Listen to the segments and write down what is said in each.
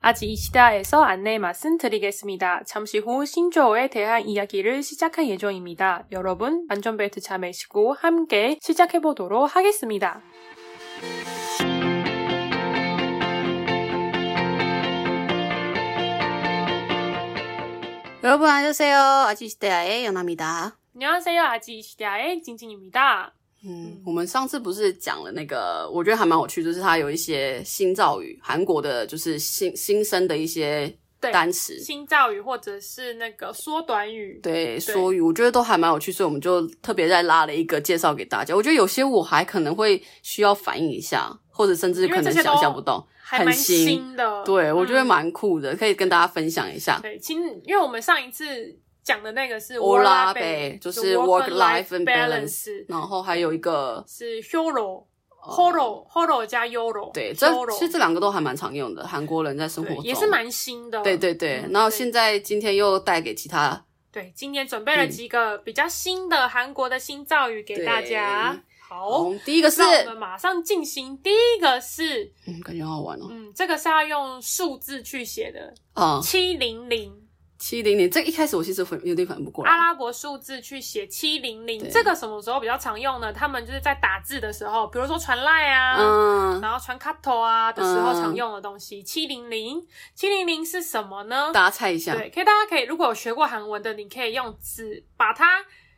아직 이시다에서 안내 말씀드리겠습니다. 잠시 후 신조어에 대한 이야기를 시작할 예정입니다. 여러분 안전벨트 잘 매시고 함께 시작해 보도록 하겠습니다. 여러분 안녕하세요. 아지시대아의 연아입니다. 你好，세요 아직 이시다의 징징입니다. 嗯嗯，我们上次不是讲了那个，我觉得还蛮有趣，就是它有一些新造语，韩国的就是新新生的一些对，单词，新造语或者是那个缩短语，对缩语，我觉得都还蛮有趣，所以我们就特别再拉了一个介绍给大家。我觉得有些我还可能会需要反应一下，或者甚至因为可能这些都想象不到。还蛮很新新的。对，我觉嗯得蛮酷的，可以跟大家分享一下。对，其实因为我们上一次讲的那个是 Work work-life life balance，就是是 work work-life life and balance，然后还有一个是 hero 呃 hero hero 加 euro，对，这其实 hero 这两个都还蛮常用的，韩国人在生活对中也是蛮新的。对对对。嗯然后对现在今天又带给其他对，今天准备了几个比较新的韩国的新造语给大家对。好，嗯第一个是，那我们马上进行。第一个是，嗯，感觉好好玩哦。嗯，这个是要用数字去写的，嗯，七零零。七零零，这一开始我其实反有点反应不过来阿。拉伯数字去写七零零对，这个什么时候比较常用呢？他们就是在打字的时候，比如说传赖啊，嗯，然后传卡头啊的时候嗯常用的东西。七零零，七零零是什么呢？大家猜一下，对，可以，大家可以，如果有学过韩文的，你可以用子把它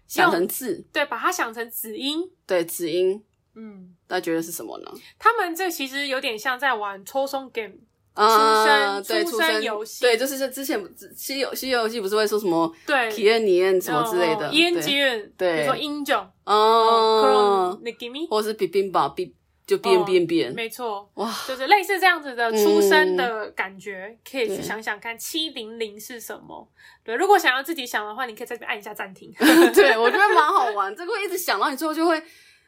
想成用字，对，把它想成子音。对，子音，嗯，大家觉得是什么呢？他们这其实有点像在玩抽松 game，啊，出生对，出出生生游戏对，就是像之前西游西游记不是会说什么对，哦体验、体验什么之类的，烟对， 은 对比如说英哦种，嗯，你给미， 或者是比冰吧，比就哦变变变，没错，哇，就是类似这样子的出生的感觉，可以嗯去想想看七零零是什么。对，如果想要自己想的话，你可以在这边按一下暂停。 对，我觉得蛮好玩，这个会一直想，然后你最后就会，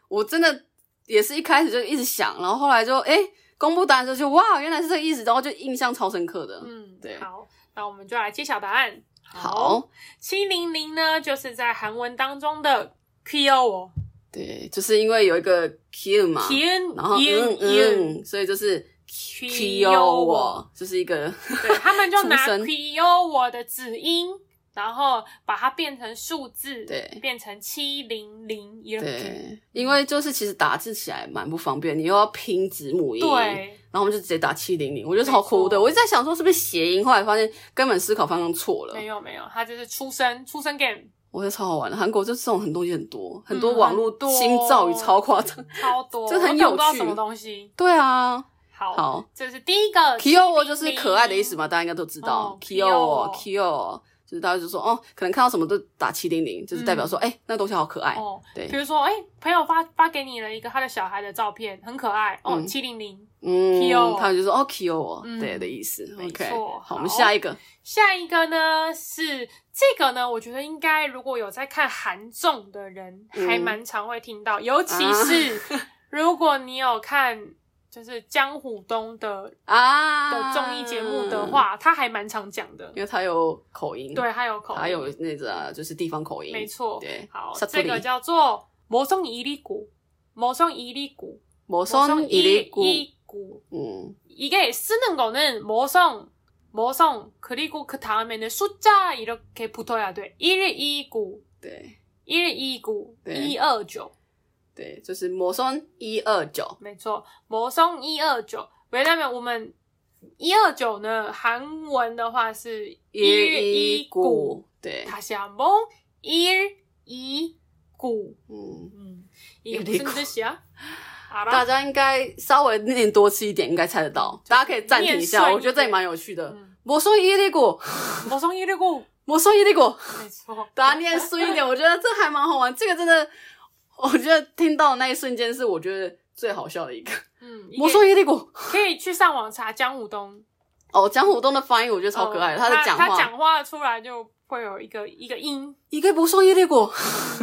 我真的也是一开始就一直想，然后后来就哎、诶公布答案之后就哇，原来是这个意思，然后就印象超深刻的。嗯，对好，那我们就来揭晓答案。好，，七零零呢，就是在韩文当中的 Q 对，就是因为有一个 Q 嘛，天然后嗯嗯，嗯，所以就是。 Q 我就是一个，对他们就拿出生 Q 我的子音。然后把它变成数字，对变成七零零 이렇게 对，因为就是其实打字起来蛮不方便，你又要拼字母音，然对，后我们就直接打七零零，我觉得超没酷错的。我一直在想说是不是谐音，后来发现根本思考方向错了。没有没有，它就是出生出生 game，我觉得超好玩的，韩国就这种很多东西很多，很多嗯网络很多新造语超夸张。超多， 这很我都有不知道趣什么东西。对啊，好，好这是第一个 k i o o 就是可爱的意思嘛。嘛，大家应该都知道哦。 k i o o k i o o 就是大家就说哦，可能看到什么都打七零零，就是代表说哎、那东西好可爱。嗯哦，对比，如说，哎、朋友发发给你了一个他的小孩的照片，很可爱哦，嗯七零零。嗯 Kyo 他们就说哦 k i o o 嗯对的意思。没 OK，错好，我们好下一个，下一个呢是这个呢，我觉得应该如果有在看韩综的人，嗯还蛮常会听到，尤其是啊 如果你有看就是江虎东 的啊的综艺节目的，话，他还蛮常讲的。因为它有口音，，对，还有口音，它有那个啊就是地方口音，没错。对，好，这 사투리 个叫做모성이리구모성이리구 摩 모성 松伊里 이 古， 리구 嗯， 이게 쓰는 거는 모성 모성 그리고 그 다음에는 숫자 이렇게 붙어야 돼. 1 2 9对1 2 9 네. 1 2 9对，就是摩松一二九。没错. 네, 모성 1 2 9 왜냐면 我们 129는 한문的话是 1 2 9 119对， 다시 한번 1 2 9嗯， 음, 이게 일이구. 무슨 뜻이야? 大 알아? 家应该稍微念多吃一点，应该猜得到。大家可以暂停一念下，顺一点我觉得这也蛮有趣的。 음, 我说伊利果， 모성 네, 119. 我说伊利果，没错.大家念顺一点，我觉得这还蛮好玩。这个真的，我觉得听到的那一瞬间是我觉得最好笑的一个。 음, 我 이게 说伊利果，可以去上网查江武东，哦，江虎东的发音我觉得超可爱的，嗯的讲他话，讲话出来就会有一个一个音，一个不说伊利果，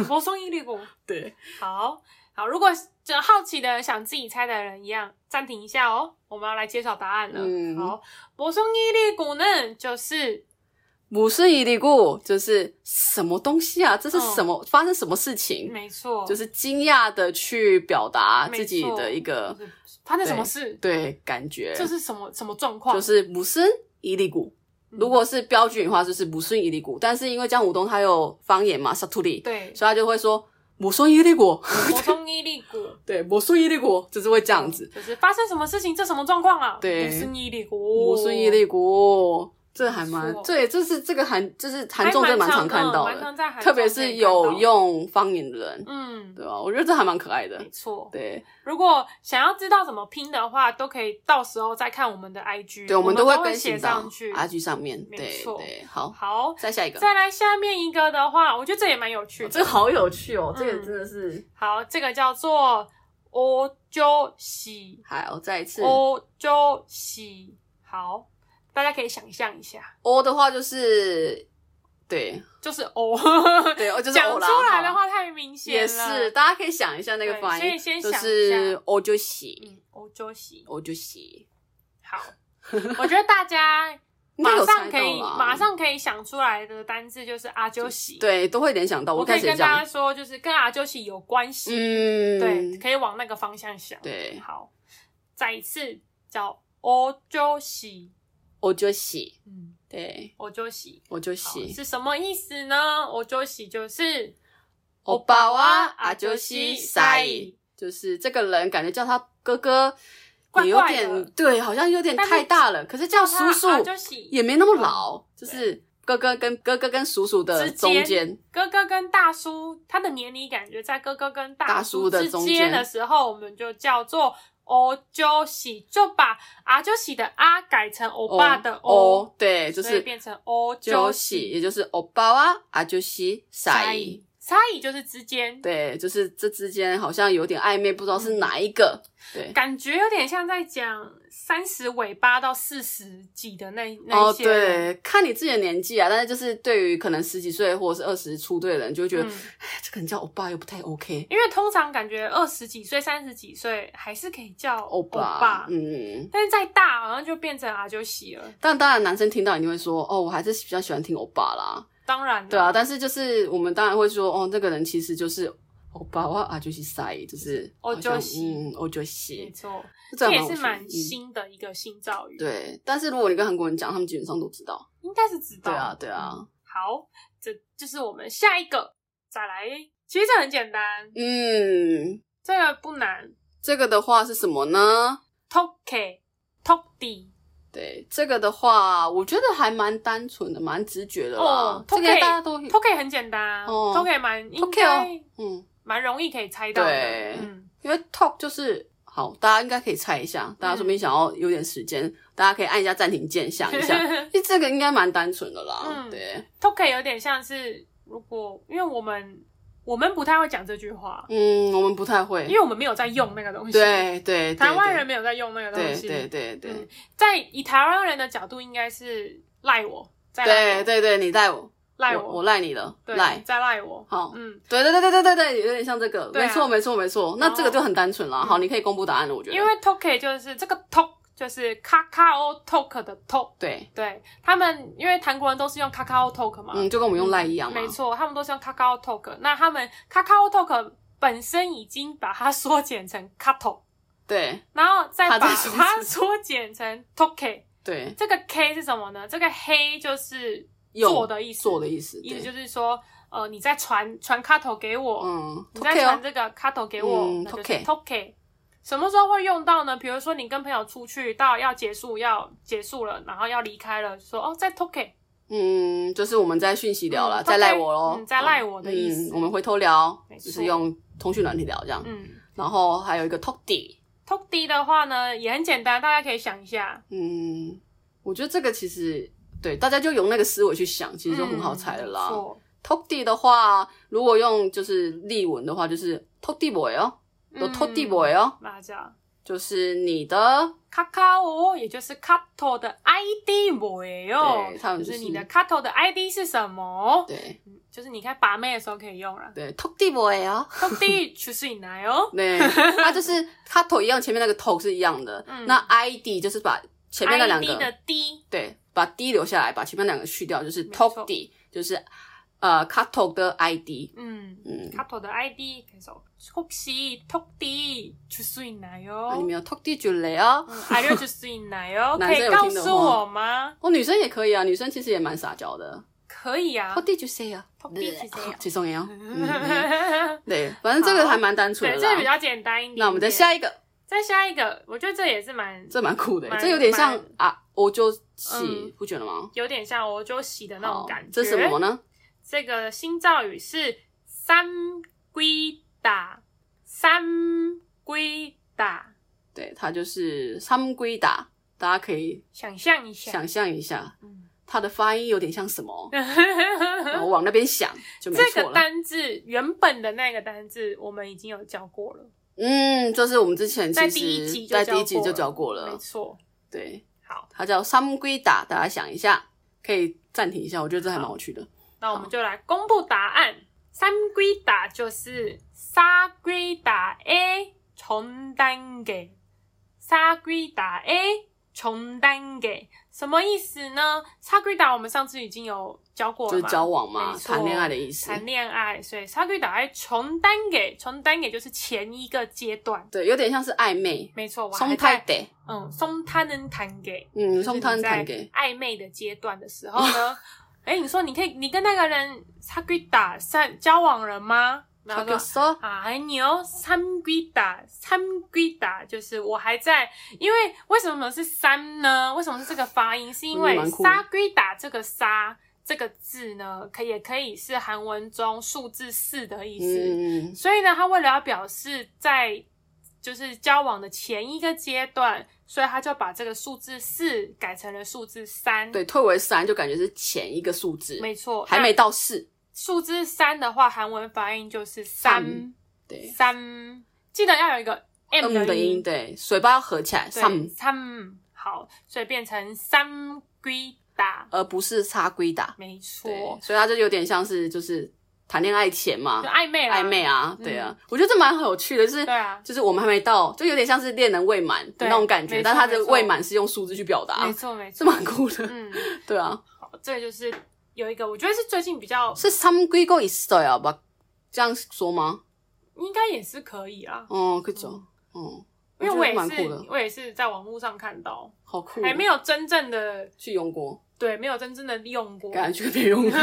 魔松一粒 果。对，好好，如果这好奇的人想自己猜的人一样，暂停一下哦，我们要来揭晓答案了。嗯好，魔松一粒果呢，就是不是伊利果，就是什么东西啊？这是嗯什么？发生什么事情？没错，就是惊讶的去表达哦没自己错的一个就是发生什么事，呃对感觉，这是什么什么状况？就是母生伊犁古。嗯如果是标句的话，就是母顺伊犁古。但是因为江武东他有方言嘛，沙图里，对， 所以他就会说母顺伊犁古，我中伊利古，对，母顺伊犁古，就是会这样子。就是发生什么事情，这什么状况啊？对不是伊利古，母顺伊犁古，这还没蛮错对，这是这个韩就是韩还综，这蛮蛮常常嗯看到蛮的，常在韩特别综可是以看到有，用方言的人，嗯，对吧？我觉得这还蛮可爱的没。错。对，如果想要知道怎么拼的话，都可以到时候再看我们的 IG，对，嗯我我们们都会更写新到上去。 IG 上面。没对错对，好，好，再下一个，再来下面一个的话，我觉得这也蛮有趣的。这个好有趣哦，这个嗯真的是。好，这个叫做오조喜，好，再一次。 오조喜，好，大家可以想象一下，哦的话就是，对就是哦， 对，哦就是讲哦出啦来的好话太明显也了。是，大家可以想一下那个对发所以音，先就想一是下哦就洗，嗯，오조喜，哦就洗， 好，我觉得大家。应该马有上猜可到以，啦马上可以想出来的单字就是阿啾喜。，对都会联想到，我可开以始跟也这大家样，说，就是跟阿啾喜有关系。嗯，对，可以往那个方向想。对，好，再一次叫我就喜，哦就洗，嗯，对，我就喜，我就好洗，是什么意思呢？我就喜就是欧巴哇阿就洗塞，就是这个人感觉叫他哥哥怪也有怪的点对，好像有点但是太大了，可是叫叔叔阿就喜也没那么老，就是哥哥跟哥哥跟叔叔的之间中间。哥哥跟大叔，他的年龄感觉在哥哥跟大大叔的之中间间的时候，我们就叫做欧就喜，就把阿就喜的阿改成欧巴的欧，哦，对，就所以是变成欧就就喜，也就是欧巴哇啊就喜差塞，异，差异就是之间，对，就是这之间好像有点暧昧，不知道嗯是哪一个。对，感觉有点像在讲三十尾巴到四十几的那那哦一，些人。对，看你自己的年纪啊，但是就是对于可能十几岁或者是二十出队的人，就会觉得、嗯哎这个人叫欧巴又不太 OK，因为通常感觉二十几岁、三十几岁还是可以叫欧巴，巴，嗯。但是再大好像就变成阿就喜了。但当然，男生听到一定会说：“哦，我还是比较喜欢听欧巴啦。当然”了，对啊，但是就是我们当然会说：“哦，那个人其实就是欧巴哇啊，就是塞，就是欧好像就喜嗯，欧就没西，错，这这也是有蛮趣嗯新的一个新造语，，对，但是如果你跟韩国人讲，他们基本上都知道。应该是知道。嗯对啊，对啊，好，这就是我们下一个，再来。其实这很简单，嗯，这个不难。这个的话是什么呢？ Toke Tokdi 对，这个的话，我觉得还蛮单纯的，蛮直觉的啦哦。这个 Tokay 大家都 Toke 很简单啊哦，Toke 蛮应 Tokay 哦该嗯，蛮容易可以猜到的。对嗯，因为 talk 就是好，大家应该可以猜一下。大家说不定嗯想要有点时间，大家可以按一下暂停键想一 下。因为这个应该蛮单纯的啦。嗯对， Toke 有点像是，如果因为我们我们不太会讲这句话，嗯，我们不太会因。为我们没有在用那个东西。，对对对，台湾对人没有在用那个东对西。对对对嗯在以台湾人的角度，应该是赖我，在赖对我，对对，你赖我，赖我我我，赖你了，对，赖。在赖我。好嗯，对对对对对对对，有点像这个，对啊哦嗯没错没错没错。那这个就很单纯啦。好，你可以公布答案了，我觉得。因为 Toke 就是这个 Tok，就是 Kakao Talk 的 Tok。对，对他们，因为韩国人都是用 Kakao Talk 嘛，嗯，就跟我们用赖一样嘛。没错，他们都是用 Kakao Talk。那他们 Kakao Talk 本身已经把它缩减成 Kato，对然后再把它再缩减它缩减成 Toke。对，这个 K 是什么呢？这个黑就是用做的意思，做的意思，意思对就是说，呃，你在传传 Kato 给我，嗯你在，OK 传哦，这个 Kato 给我，嗯那就是 Toke Toke。什么时候会用到呢？比如说你跟朋友出去到要结束要结束了，然后要离开了，说哦在 Toke。嗯，就是我们在讯息聊了，嗯再赖我喽嗯，再赖我的意思嗯我们回头聊没，错就是用通讯软体聊这样。嗯，然后还有一个 Talk D， Tok D 的话呢，也很简单，大家可以想一下。嗯，我觉得这个其实对大家就用那个思维去想，其实就很好猜了啦嗯。没错 Talk D 的话，如果用就是例文的话，就是 Talk D boy 哦，都 Talk D boy 哦。 맞아 就是你的， 카카오也就是 Kato 的 ID 뭐예요？ 对他们就就是是你的 Kato 的 ID 是什么？对就是你看把妹的时候可以用 了。对，talk d boy 啊， Tok D 取是你来哦。 对，它就是它头一样，前面那个头是一样的，嗯那 ID 就是把前面那两 ID 的个， D，对，把 D 留下来，把前面两个去掉，就是没错 talk d，就是呃 카톡 의 아이디. 음, 음. 카톡의 아이디 그래서 혹시 톡디 줄 수 있나요? 아니면 턱띠 줄래요? 嗯，alert 是引来哦，可 男生以有告听懂诉我吗？哦，女生也可以啊，女生其实也蛮撒娇的。可以啊 턱，띠 주세요. 턱띠 주세요. 죄송해요 对，嗯对，反正这个啊好还蛮单纯的这个啦。比较简单一点。那我们再下一个，再下一个，我觉得这也是蛮这蛮酷的，蛮这有点像蛮啊欧洲嗯系，不觉得吗？有点像欧洲洗的那种好感觉。，这是什么？呢？这个新造语是三归打，三归打，对，它就是三龟打，大家可以想象一下。想 象一下，嗯它的发音有点像什么，然后往那边想就没这错个了。单字原本的那个单字，我们已经有教过了，嗯，就是我们之前在其第一集实就在第一集就教教过没了，错。对，好，它叫三龟打，大家想一下，可以暂停一下，我觉得这还蛮有趣的。那我们就来公布答案。三归打就是사귀다의전단계，사귀다의전단계什么意思呢？사귀다我们上次已经有教过了就是嘛，交往嘛，没错谈恋爱的意思。谈恋爱，所以사귀다의전단계，전단계就是前一个阶段，对，有点像是暧昧，没错，我还松在太得，嗯松타는谈给。嗯，就是松你太在谈给，暧昧的阶段的时候呢， 哎、你说你可以，你跟那个人사귀다三交往了吗？然后他就说说，啊，还牛三귀다三귀다就是我还在，因为为什么是三呢？为什么是这个发音？是因为嗯蛮酷的 사귀다这个沙这个字呢，可也可以是韩文中数字四的意思。嗯，所以呢，他为了要表示在就是交往的前一个阶段，所以他就把这个数字四改成了数字三。，对，退为三就感觉是前一个数字，没错，还没那到四，数字三的话，韩文发音就是三三对三，记得要有一个 m ，m 的音，音，对，嘴巴要合起来，上，对三好，所以变成三归打，而不是擦龟打，没错，对，所以它就有点像是就是谈恋爱前嘛就，暧昧啦，暧昧啊，嗯对啊，我觉得这蛮有趣的，就是对啊就是我们还没到，就有点像是恋人未满的对那种感没觉，错但它的没错未满是用数字去表达没，错没啊是错，蛮酷的，嗯，对啊。好，这个就是有一个，我觉得是最近比较，是 삼귀고있어요啊吧？这样说吗？应该也是可以啊，哦，그죠， 嗯哦，因为觉我得也蛮是酷的，，我也是在网络上看到，好酷哦，哦还没有真正的去用过，对，没有真正的用过。感觉没用 过。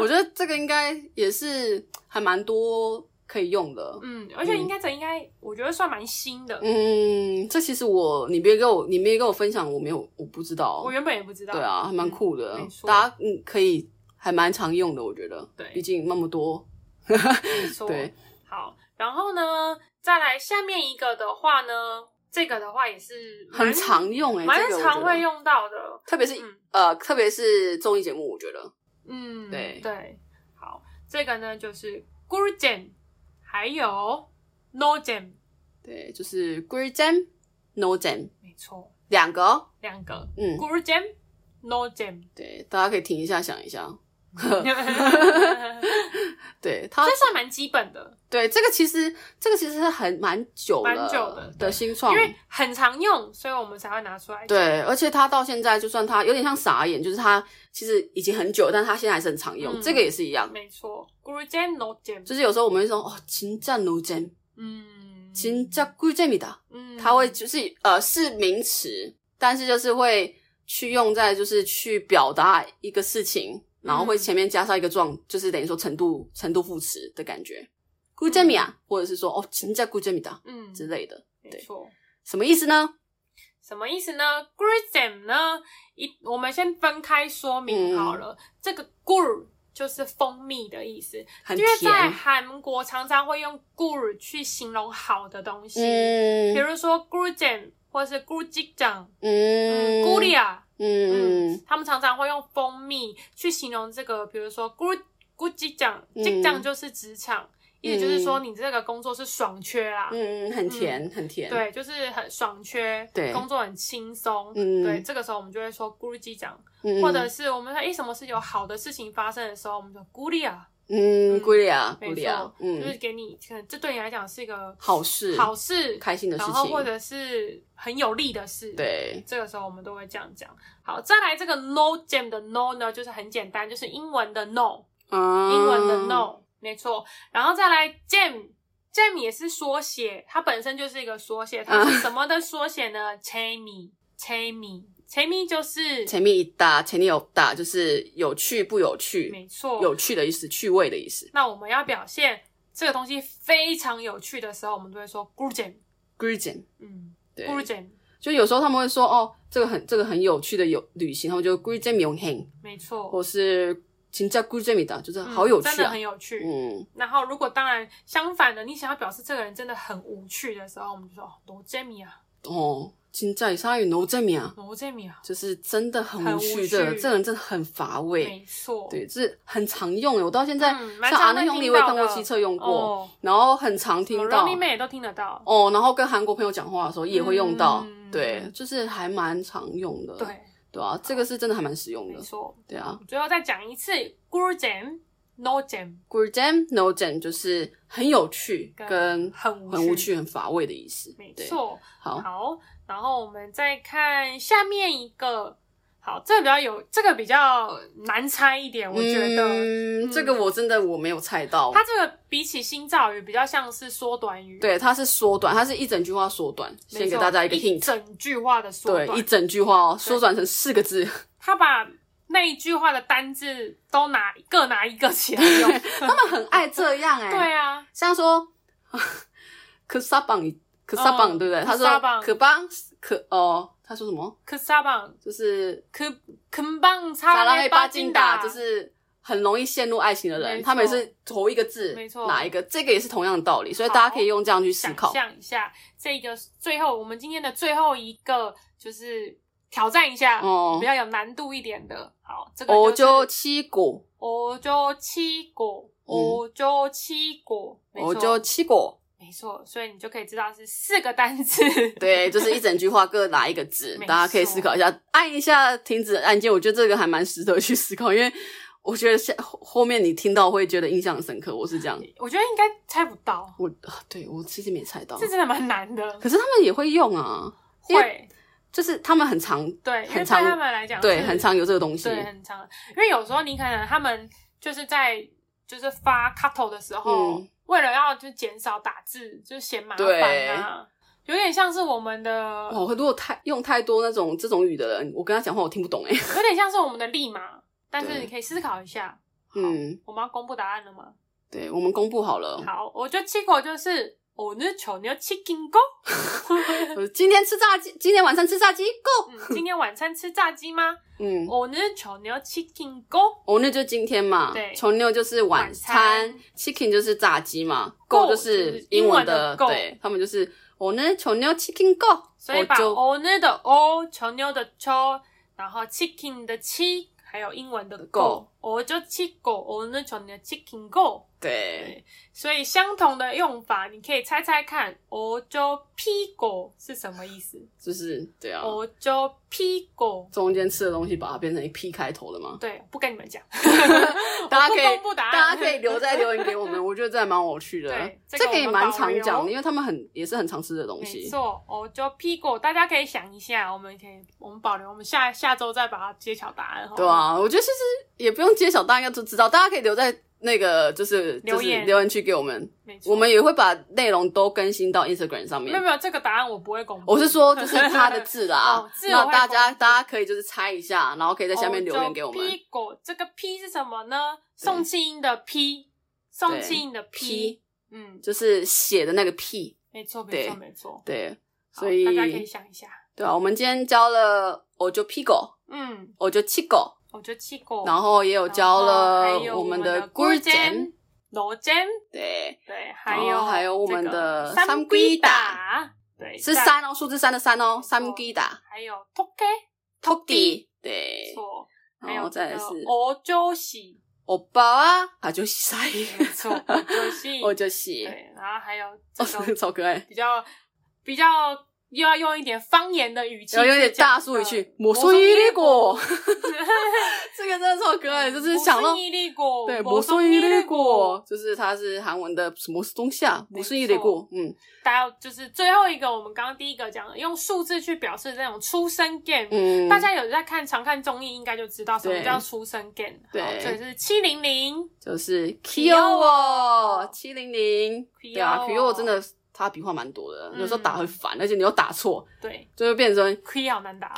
我觉得这个应该也是还蛮多可以用的。嗯，而且应该这应该，我觉得算蛮新的。嗯，这其实我你别跟我你没跟我分享，我没有我不知道我。原本也不知道。嗯对啊，还蛮酷的没，错大家嗯可以还蛮常用的，我觉得。对毕竟那么多。没错。对，好，然后呢，再来下面一个的话呢，这个的话也是蛮很常用哎，蛮这个我觉常得会，用到的。特别是嗯呃，特别是综艺节目，我觉得嗯，对对。好，这个呢就是 g u r g e n 还有 no gem，对，就是 Green Jam、No Jam 没错，两个哦，两个嗯 g，u r g e n no gem。对，大家可以停一下想一下。 对它这，算蛮基本的，对这个其实这个其实很蛮久蛮了久的对的新创因，为很常用，所以我们才会拿出来。，对，而且它到现在就算它有点像傻眼，就是它其实已经很久，但它现在还是很常用，嗯这个也是一样。没错 g u r g e n no gem，啊就是有时候我们会说哦，진짜 no jam，嗯， 진짜 꿀잼이다， 嗯，它会就是呃是名词，但是就是会去用在就是去表达一个事情，然后会嗯前面加上一个状，就是等于说程度程度副词的感觉。꿀잼이야，或者是说哦，진짜꿀잼이다 嗯之类的，没对错。什么意思呢？什么意思呢 g u r g e n 呢？一我们先分开说明好嗯了。这个 gur 就是蜂蜜的意思，很因为在甜，韩国常常会用 gur 去形容好的东西，比嗯如说 g u r g e n 或是 g u r g i j a n 嗯， g u r i a 嗯，他们常常会用蜂蜜去形容这个，比如说 good good 职场，嗯职场就是职场，意思就是说你这个工作是爽缺啦，嗯，很甜，很甜，，对，就是很爽缺，对工作很轻松，嗯对，这个时候我们就会说 good 职场，嗯、或者是我们说诶什么事有好的事情发生的时候，我们说 good 呀，嗯，嗯古里啊，古没里啊错，，就嗯是，给你，可能这对你来讲是一个好事，好事，开心的事然情，后或者是很有利的事，。对，这个时候我们都会这样讲。好，再来这个 no jam 的 no 呢，就是很简单，就是英文的 no，嗯，英文的 no，没错。然后再来 jam，jam 也是缩写，它本身就是一个缩写，它是什么的缩写嗯呢？chami，chami，chami 就是前面一大，前面有大，就是有趣不有趣，没错，有趣的意思，趣味的意思。那我们要表现这个东西非常有趣的时候，我们就会说 g u r j e n Grigin，嗯对 g u，r j e n 就有时候他们会说哦，这个很这个很有趣的有旅行，他们就 Grigin m y o n g h a n 没错，或是请叫 Grigin 다，就是嗯好有真趣的啊很。有趣。嗯，然后如果当然相反的，你想要表示这个人真的很无趣的时候，我们就说 no jam 啊哦，진짜이상하게너재미야， ，no jam 啊，就是真的很很无无趣，趣这个这个人真的很乏味。没错，对，这是很常用的，我到现在嗯蛮像阿常那会兄弟听我也到看过的机车用过，哦，然后很常什么听到 Running Man 也都听得到，哦，然后跟韩国朋友讲话的时候也会用到，嗯对，就是还蛮常用的，对，对啊，这个是真的还蛮实用没的，错。对啊。最后再讲一次 g u r jam no jam， Good jam, no jam 就是很有趣跟跟很很无，趣、很乏味的意思，没对，错。好，好，然后我们再看下面一个，好，这个比较有，这个比较难猜一点，我觉得。嗯嗯这个我真的我没有猜到，它这个比起新造语比较像是缩短语，，对，它是缩短，它是一整句话缩短，先给大家一个一 hint，整句话的缩对，一短。整句话哦，缩短成四个字，他把那一句话的单字都拿各拿一个起来 用，他们很爱这样哎、对啊，像说 可撒棒，可撒棒，嗯对不对？他可撒说棒可棒可哦，他说什么？可撒棒，就是可肯棒撒擦拉拉黑黑巴巴金金达，达，就是很容易陷入爱情的人，没错他们也是头一个字，没错哪一个？这个也是同样的道理，所以好大家可以用这样去思想考。象一下这个最后我们今天的最后一个就是挑战一下，哦比较有难度一点的。好，这个我哦就就是七果，我就七果，我就七果，没我嗯哦就错，七果，没错，所以你就可以知道是四个单词。对，就是一整句话各拿一个字，没错大家可以思考一下，按一下停止按键，我觉得这个还蛮值得去思考，因为我觉得下后后面你听到会觉得印象深刻，我是这样。我觉得应该猜不到，我啊对我其实没猜到，这可真的蛮难的。是他们也会用啊，因为会，就是他们很常对，因为很对常他们来讲，对很常有这个东西，对，很长。因为有时候你可能他们就是在就是发 cut 的时候，嗯为了要就减少打字，就嫌麻对哦烦啊，有点像是我们的，哇，我如果太用太多那种这种语的人，我跟他讲话我听不懂哎、欸。有点像是我们的立马，但是对你可以思考一下。好嗯，我们要公布答案了吗？对，我们公布好了， 好，我觉得七口就是오늘저녁치킨고， 我呃今天吃炸鸡，今天晚上吃炸鸡，Go。嗯，今天晚餐吃炸鸡吗？嗯， 오늘저녁치킨고， 哦，那就今天嘛，对从六就是晚餐晚餐 c h i c k e n 就是炸鸡嘛 Go ，Go 就是是英英文文的 Go 对他们就是哦，那从六 Chicken Go，所以把我就 오늘的 o 저녁的저，然后 chicken 的七，还有英文的 go，我就七 go，오늘저녁 chicken go。对，所以相同的用法，你可以猜猜看，我就屁股是什么意思？就是对啊，我就屁股。中间吃的东西把它变成一 P 开头的嘛，对，不跟你们讲， 大家哦我可不以公布答案，大家可以留在留言给我们，我觉得这还蛮有趣的啊对，这个这个也蛮我常们保讲留的，因为他们很也是很常吃的东 没西，错，我就屁股，大家可以想一下，我们可以，我们保留，我们下下周再把它揭晓答案。好吗对，啊，我觉得其实也不用揭晓，大家应该都知道。大家可以留在那个就是留言就是留言区给我们，没错。我们也会把内容都更新到 Instagram 上没有面。没有这个答案我不会公布，我是说，就是他的字 啦哦，字我那会大家公布大家可以就是猜一下，然后可以在下面留言给我欧们洲。P 哦狗这个 P 是什么呢？宋庆英的 P，宋庆英的 P 嗯，就是写的那个屁，没错，没对错，没错。对，好所以大家可以想一下，对啊，我们今天教了我就屁狗，嗯，我就七狗，我觉得七狗，然后也有我教了我们的的 g u r 煎、罗煎，对，对，还然有后还有我们这个的三龟三打，对，是再，三哦，数字三的三哦，错三 G 打还有 toke，托底，对，错，还然有后再来这个是欧洲喜， 欧巴啊，他就是塞，没错，欧洲喜， 我就是， 对，然后还有这个哦，超可爱，比较比较又要用一点方言的语气，呃然后有点大叔语气，我说伊利果， 这个真的超可爱，就是想到伊利果，对，我魔说术伊伊利利果，果，就是它是韩文的什么东西啊？没魔术伊利果，嗯，大家就是最后一个，我们刚刚第一个讲的，用数字去表示这种出生 game。嗯大家有在看常看综艺，应该就知道什么对叫出生 game。对好所以是七零零。就是 Kyowo 哦 Kyowo 七零零，对啊 Kyowo ，Kyowo 真的它笔画蛮多的，哦嗯有时候打会烦，而且你又打错，对就会变成，Q 好难打。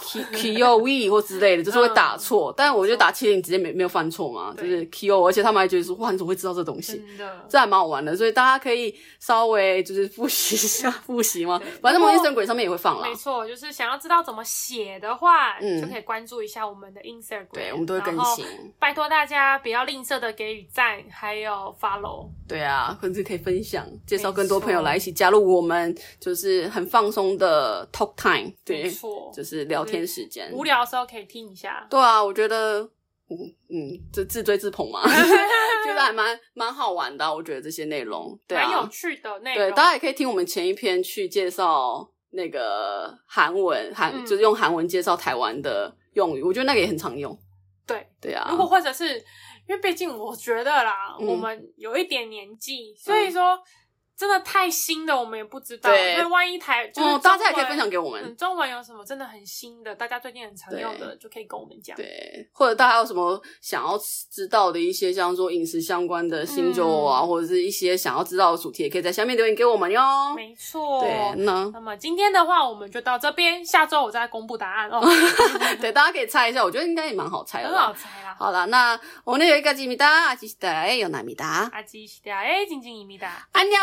K Kyowe 或之类的，就是会打错。但我觉得打七零直接没没有犯错嘛，就嗯对是 Kyowo，而且他们还觉得说哇，你怎么会知道这东西？真的。这还蛮好玩的，所以大家可以稍微就是复习 一下，复习嘛对。反正然摩后天神鬼上面也会放啦没。错，就是想要知道怎么写的话，嗯就可以关注一下我们的 Instagram，对，我们都会更然后新。拜托大家不要吝啬的给予赞，还有 follow。对啊，甚至可以分享，介绍更多没错朋友来一起加入我们，就是很放松的 talk time，没对，错，就是聊天时间。无聊的时候可以听一下。对啊，我觉得，嗯嗯，这自吹自捧 嘛， 觉得还蛮蛮好玩的啊、我觉得这些内容，对蛮有啊，趣的内容。对，大家也可以听我们前一篇去介绍那个韩文，韩、嗯就是用韩文介绍台湾的用语，我觉得那个也很常用。对对啊，如果或者是因为毕竟我觉得啦，嗯我们有一点年纪，所以说真的太新的我们也不知道。对那万一台就是、哦，大家也可以分享。给我们，嗯，中文有什么真的很新的，大家最近很常用的，就可以跟我们讲。对，或者大家有什么想要知道的一些，像说饮食相关的新旧啊，嗯或者是一些想要知道的主题，也可以在下面留言给我们哟。没错。对， 那那么今天的话，我们就到这边，下周我再公布答案哦，哎对，大家可以猜一下，我觉得应该也蛮好猜的很好啦。猜 啦。好啦，那我们有一个吉米达，吉米达，有纳米达，啊阿基西达，哎，静静一米达。安妞。